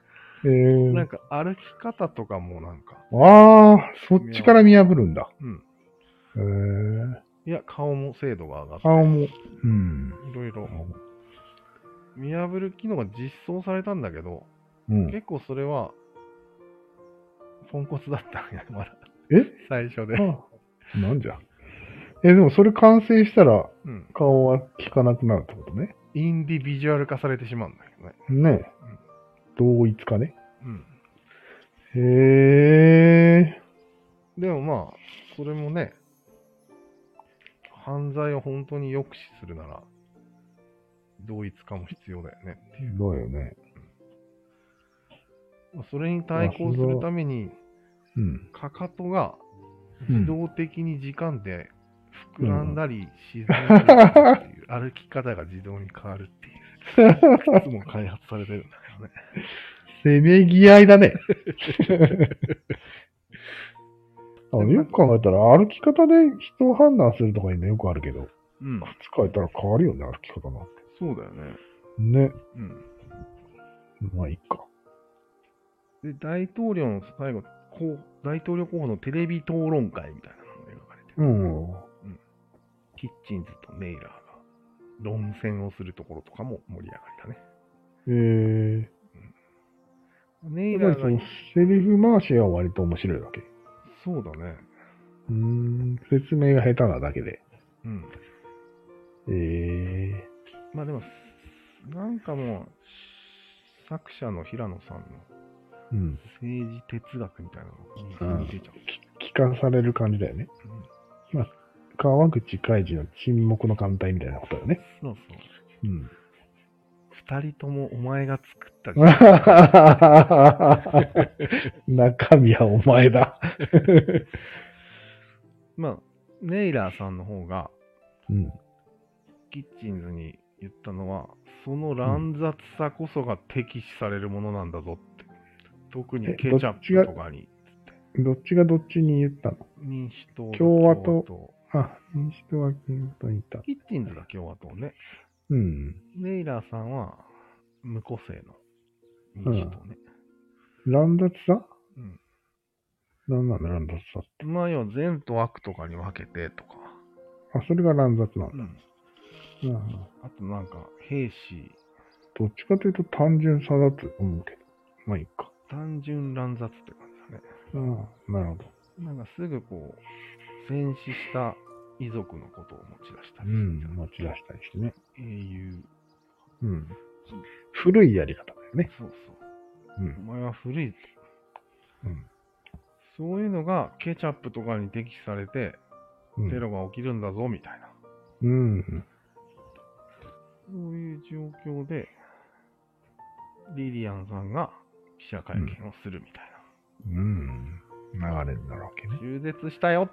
えーなんか歩き方とかもなんか、ああ、そっちから見破るんだ。うん。へえいや、顔も精度が上がって、顔も。うん。いろいろ見破る機能が実装されたんだけど、うん。結構それは、ポンコツだったんや、まだ。え最初で。あなんじゃ。え、でもそれ完成したらうん。顔は効かなくなるってことね。インディビジュアル化されてしまうんだけどね。ねえ。同一化ね。うん。へえ。でもまあ、それもね、犯罪を本当に抑止するなら、同一化も必要だよね。だよね。まあそれに対抗するために、うん。かかとがうん自動的に時間で膨らんだり沈んだりっていう、歩き方が自動に変わるっていう、 靴も開発されてるんだけどね。せめぎ合いだね。 あのよく考えたら歩き方で人を判断するとかいうのよくあるけど、うん、靴変えたら変わるよね、歩き方なんて。そうだよね。ね。うん。まあいいか。で、大統領の最後、こう大統領候補のテレビ討論会みたいなのが描かれてる。うん。キッチンズとネイラーが論戦をするところとかも盛り上がりだね。えー。ネイやっラぱりそーのが、セリフ回しは割と面白いわけ。そうだね。うーん。説明が下手なだけで。うん。えー。まあでも、なんかもう、作者の平野さんのうん。政治哲学みたいなのがうん本当に出ちゃう。聞かされる感じだよね。うんまあ、川口海二の沈黙の艦隊みたいなことだよね。そうそう。うん。 二人ともお前が作った中身はお前だ。まあ、ネイラーさんの方が、うん。キッチンズに言ったのは、その乱雑さこそが敵視されるものなんだぞって。特にえケチャップとかに、どっちがどっちに言ったの民主党と共和党あ、民主党は民主党にいた。キッチンズが共和党ね。うん。ネイラーさんは無個性の民主党ね。乱雑さうんなんなんだ、乱雑さ。まあ要は善と悪とかに分けてとか、あ、それが乱雑なんだ。うんあとなんか兵士、どっちかというと単純さだと思うけど。まあいいか。単純乱雑って感じだね。ああ、なるほど。なんかすぐこう、戦死した遺族のことを持ち出したうり、ん、持ち出したりしてね。英雄、うん。古いやり方だよね。そうそうう、おん。前は古い。うん。そういうのがケチャップとかに敵視されて、うん、テロが起きるんだぞみたいな。うん。そういう状況で、リリアンさんが記者会見をするみたいうん。流れになるわけね。な。中絶した よ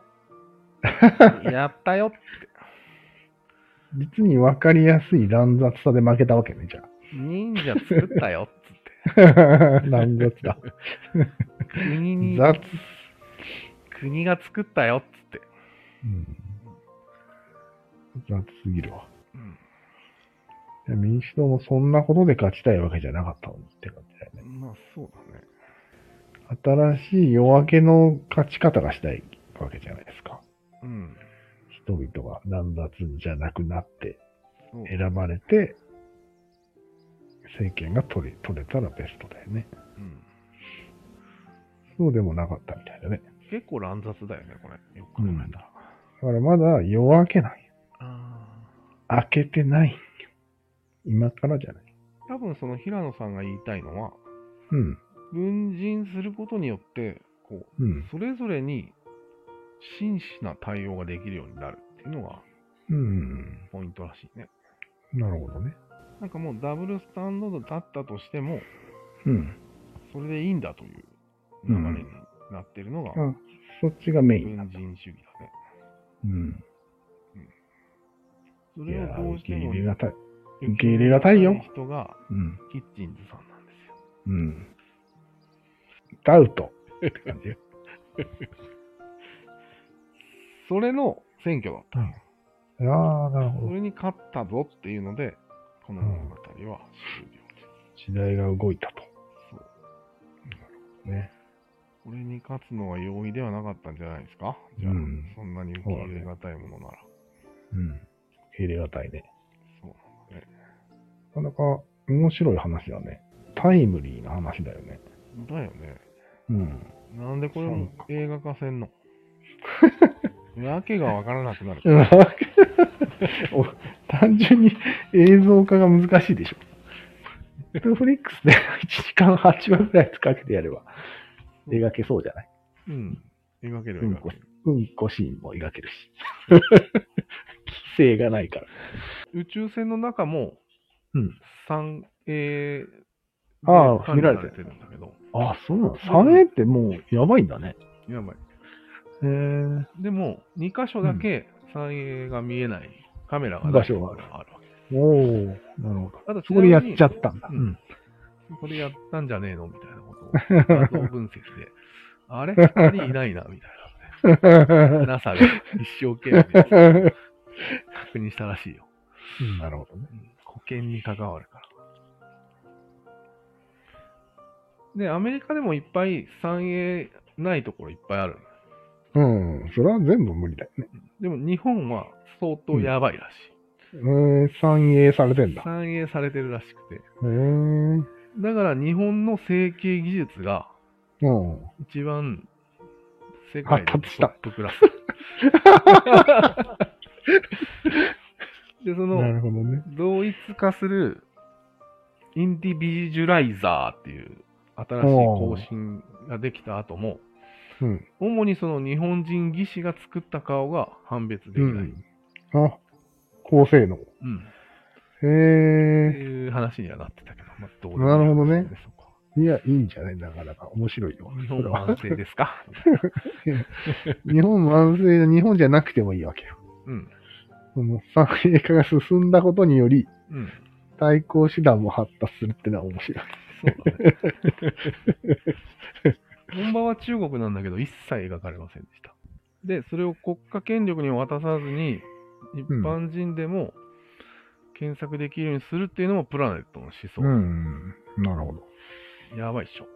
やったよ実に分かりやすい乱雑さで負けたわけね、じゃあ。 忍者作ったよっつって。 何月だ。国に、雑。国が作ったよっつって。うん雑すぎるわ。うんいや民主党もそんなことで勝ちたいわけじゃなかったのにって感じだよね。まあそうだね。新しい夜明けの勝ち方がしたいわけじゃないですか。うん。人々が乱雑じゃなくなってそう選ばれて、政権が取れ取れたらベストだよね。うんそうでもなかったみたいだね。結構乱雑だよね、これ。よく考えたら。だからまだ夜明けない。あ明けてない。今からじゃない。ー多分その平野さんが言いたいのは、うん。分人することによって、こう、うん。それぞれに真摯な対応ができるようになるっていうのがうん。ポイントらしいね。なるほどね。なんかもうダブルスタンダードだったとしても、うん。それでいいんだという流れになってるのが、あ、そっちがメインな文んだ。人主義だね。うん。そいれやをー、どう受しけても入れがたい。受け入れがたいよ人がうん。キッチンズさんなんですよ。うん。ダウトって 感じよ。それの選挙だったよ。ああ、なるほそど。れに勝ったぞっていうので、この物語は終了です。時代が動いたそうと。ね。これに勝つのは容易ではなかったんじゃないですかじゃあ、うんそんなに受け入れがたいものなら。うん。受け入れがたいね。そうなんだね。なかなか面白い話だね。タイムリーな話だよね。だよね。 うん。なんでこれもそうか映画化せん のわけがわからなくなる。お単純に映像化が難しいでしょ。ネットフリックスで1時間8話くらいかけてやれば描けそうじゃないうん。描けるう描んけこる。うんこシーンも描けるし。規制がないから。宇宙船の中も、うん。 3、えー、ああで管理さ見られてるんだけど、ああ、そうなの ?3A ってもうやばいんだね。やばい。へえ。でも、2箇所だけ三栄が見えないカメラが場所があるあるわけ。おお、なるほど。あとそこでやっちゃたったんだ。ううんん。これやったんじゃねえのみたいなことを、画像分析 で、あれ二人いないな、みたいな ね。NASA が一生懸命確認したらしいよ。なるほどね。うん保険に関わるから。で、アメリカでもいっぱい三栄ないところいっぱいある。うん。それは全部無理だよね。でも日本は相当やばいらしうーん、三栄されてんい。だ。へ三栄されてるらしくて。え。うん。だから日本の整形技術が一番世界であト達したップク ラス。で、そなのるほどね。同一化するインディビジュライザーっていう新しい更新ができた後も、うん。主にその日本人技師が作った顔が判別できうない。ん。あ、高性能。うんってへえ。いう話にはなってたけど、まあ、どうなるほどね。そこいや、いいんじゃないなかなか面白いよは。日そ本れは安定ですか 日本安静日本じゃなくてもいいわけよ。うん。その三栄化が進んだことにより、うん。対抗手段も発達するってのは面白い。そうだね。本場は中国なんだけど、一切描かれませんでした。で、それを国家権力に渡さずに、一般人でも検索できるようにするっていうのもプラネットの思想。ん。なるほど。やばいっしょ。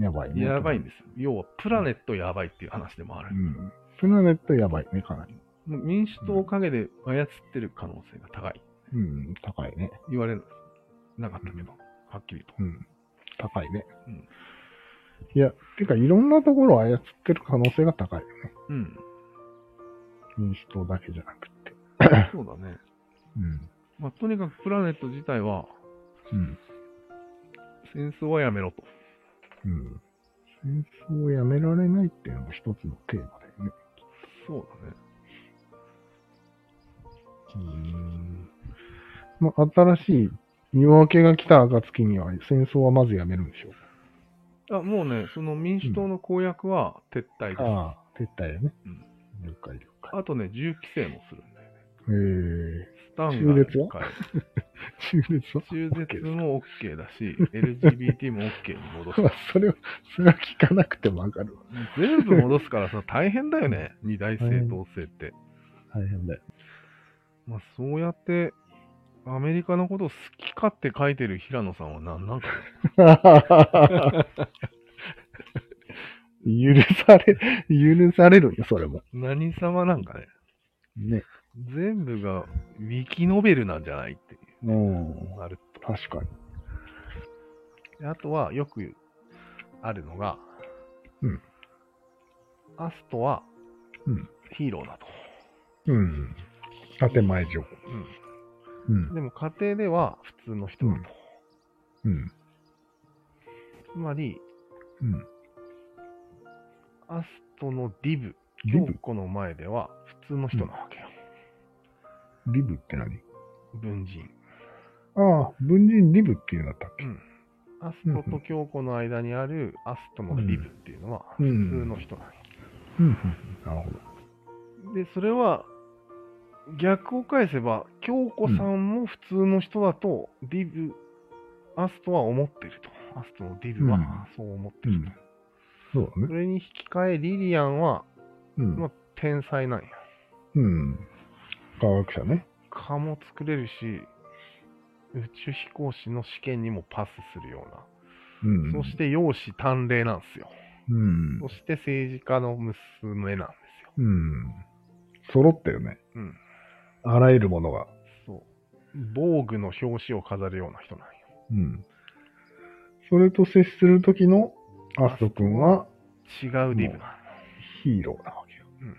やばいね。やばいんですよ。要は、プラネットやばいっていう話でもあうる。ん。プラネットやばいね、かなり。もう民主党を陰で操ってる可能性が高い。うん、高いね。言われなかったけど、はっきりと。うん。高いね。うんいや、てか、いろんなところを操ってる可能性が高いよね。 うん。民主党だけじゃなくて。そうだね。うん。まあ、とにかくプラネット自体は、うん。戦争はやめろと。うん。戦争をやめられないっていうのも一つのテーマだよね。そうだね。うん。まあ、新しい夜明けが来た暁には戦争はまずやめるんでしょう。あもうね、その民主党の公約は撤退です。あああ、撤退だね。うん了解了解。とね、銃規制もするんだよね。へえ。スタンガン中絶は一回中絶は中 OK です絶も OK だし、LGBT も OK に戻すま。あ それは、それは聞かなくてもわかるわ。全部戻すからさ、大変だよね。二大政党制って。大変だよ。 まあ、そうやって、アメリカのことを好きかって書いてる平野さんは何なんか許され、許されるよ、それも。何様なんかね。ね。全部がウィキノベルなんじゃないっていううん。なる確かに。であとはよくあるのが、うんアストはうんヒーローだと。うん。建前情報。ううん、ん。でも家庭では普通の人だと。うん。つまり、うん。アストのディブ、リ京ブ子の前では普通の人なわけよ。リブって何文人。ああ、文人リブっていうんだったっけアストと京子の間にあるアストのディブっていうのは普う通んの人なんようん。なるほど。で、それは逆を返せば、京子さんも普通の人だと、ディブ、アストは思ってると。アストのディブうんはそう思ってると。。そうだそね。れに引き換え、リリアンは、うん。まあ、天才なんや。うん。科学者ね。蚊も作れるし、宇宙飛行士の試験にもパスするよううん。な。そして、容姿端麗なんですよ。うんそ。して、政治家の娘なんですよ。うん。揃ったよね。うん。あらゆるものが。そう。防具の表紙を飾るような人なんよ。うん。それと接する時のアスト君は違うディブなんよヒーローなわけよ。うん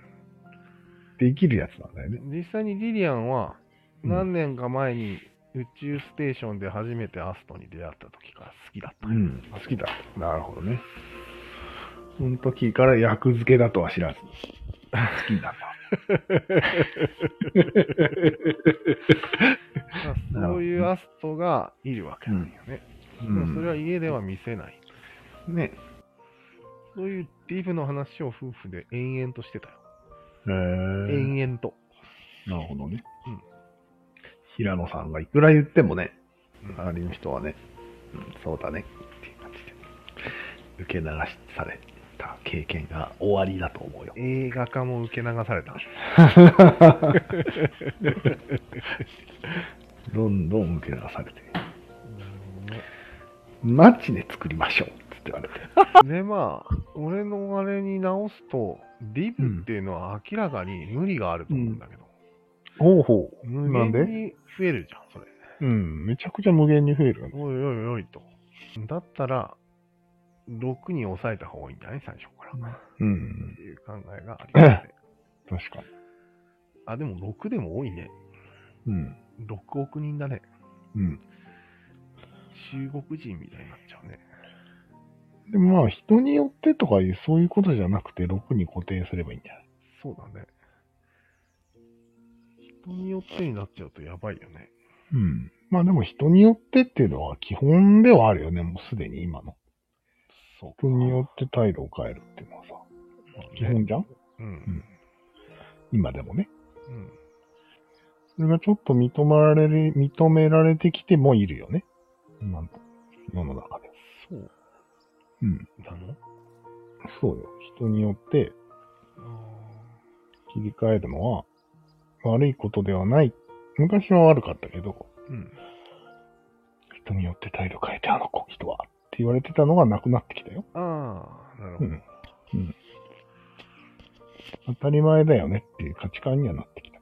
できるやつなんだよね。実際にリリアンはうん何年か前に宇宙ステーションで初めてアストに出会った時から好きだった、ん。好きだ。なるほどね。その時から役付けだとは知 らず。好きだだからそういうアストがいるわけなんよね、な。でもそれは家では見せないね。そういうディブの話を夫婦で延々としてたよ、へー延々となるほどね。うん平野さんがいくら言ってもね、うん。周りの人はね、うん、そうだねっていう感じで、受け流しされた経験が終わりだと思うよ映画化も受け流されたどんどん受け流されて、マッチで作りましょうって言われて。でまあ俺のあれに直すとディブっていうのは明らかに無理があると思うんだけど、ほうほな無んで限に増えるじゃんそれう。うん、めちゃくちゃ無限に増えるよね。おいおいおいと。だったら、6に抑えた方がいいんじゃない最初から。っうんて、いう考えがあります ね。確かあ、でも6でも多いね。に。うん、 6億人だね。うん。中国人みたいになっちゃうね。でもまあ、人によってとかいう、そういうことじゃなくて、6に固定すればいいんじゃないそうだね。人によってになっちゃうとやばいよね。うん。まあでも人によってっていうのは基本ではあるよね、もうすでに今の。そうか。人によって態度を変えるっていうのはさ、まあね基本じゃんうん。今でもね。うん。それがちょっと認められる、認められてきてもいるよね。今の世の中で。そううん。なのそうよ。人によってあ切り替えるのは悪いことではない。昔は悪かったけど、ーうん。人によって態度変えてあの子、人は。って言われてたのがなくなってきたよ。ああ、なるほど。うん当たり前だよねっていう価値観にはなってきた。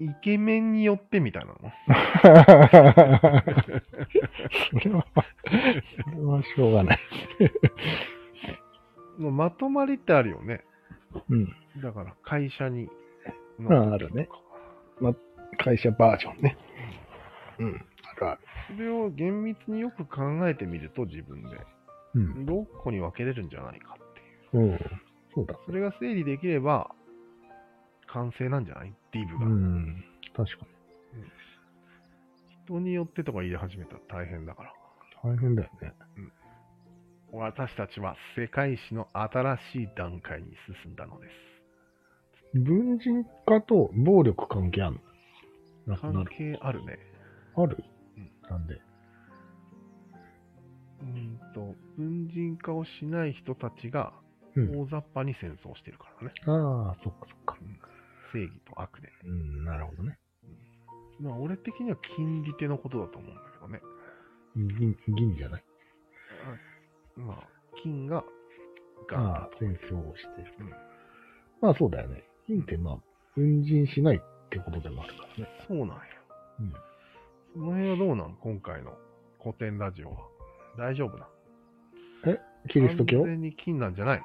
イケメンによってみたいなのそれは、それはしょうがない。のまとまりってあるよね。うん。だから会社に。うんあるね。会社バージョンね。うん。あるある。それを厳密によく考えてみると自分でうん。 6個に分けれるんじゃないかっていう。そう。そうだ。それが整理できれば完成なんじゃないディブうが、ん。確か人によってとか言い始めたら大変だから。に。大変だよね。私たちは世界史の新しい段階に進んだのです。文人化と暴力関係あるのなくな関る。係あるね。あるうんなんで。うんと、文人化をしない人たちがうん大雑把に戦争してるからね。ああ、そっかそっか。正義と悪で。うん、なるほどね。まあ、俺的には金利手のことだと思うんだけどね。銀、銀じゃない。まあ、金が、ああが、、戦争をしてる。うんまあそうだよね。銀ってまあ、分人しないってことでもあるからね。そうなんや。うん。その辺はどうなん今回の古典ラジオは。大丈夫な。キリスト教完全に金なんじゃない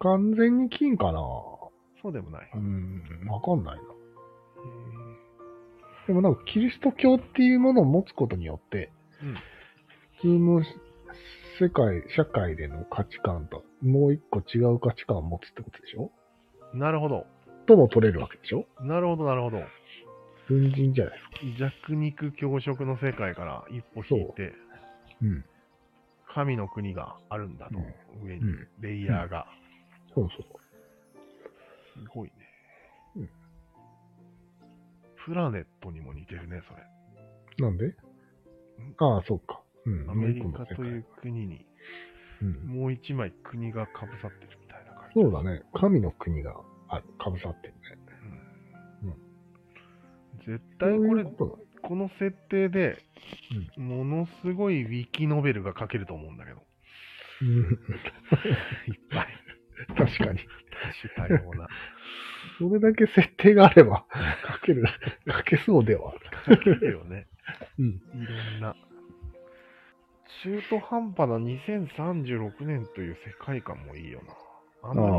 完全に金かなそうでもない。うん、わかんないえな。ーでもなんか、キリスト教っていうものを持つことによって、うん普通の世界、社会での価値観と、もう一個違う価値観を持つってことでしょなるほど。とも取れるわけでしょなるほど、なるほど。文人じゃないですか。弱肉強食の世界から一歩引いて、うん。神の国があるんだと、上うに、ん。レイヤーが。そうそうそすごいね。うんプラネットにも似てるね、それ。う。なんでああ、そうか。うん。アメリもう一個カの世界という国に、うん。もう一枚国がかぶさってるみたいな感じ。そうだね。神の国があかぶさってるね。絶対これ、そういうこことの設定で、ものすごいウィキノベルが書けると思うんだけど。 だうんいっぱい。確かに。多種多様な。それだけ設定があ れば、書ける、書けそうではある。書けるよね。 うん。いろんな。中途半端な2036年という世界観もいいよな。あんまり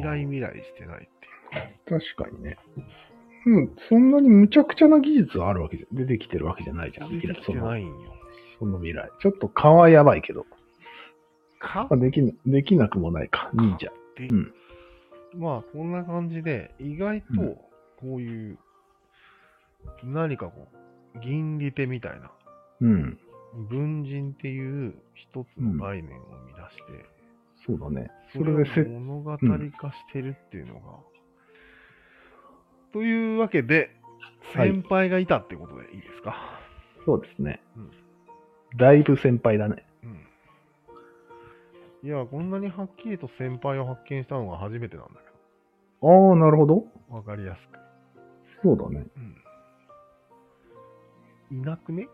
未来未来してないっていうか。確かにね。うん、そんなにむちゃくちゃな技術があるわけじゃ、出てきてるわけじゃないじゃん。出てきてないんよ。そのその未来。ちょっと勘はやばいけど。かまあできな、できなくもないか。忍者。でうんまあ、こんな感じで、意外とうん、こういう、何かこう、銀利手みたいな、うん。文人っていう一つの概念を生み出して、そうだね。そそれでせれを物語化してるっていうのが。というわけで、はい先輩がいたってことでいいですか、そうですねうん。だいぶ先輩だね。うん。いや、こんなにはっきりと先輩を発見したのが初めてなんだけああ、なるほど。ど、わかりやすく。そうだね。うん。いなくね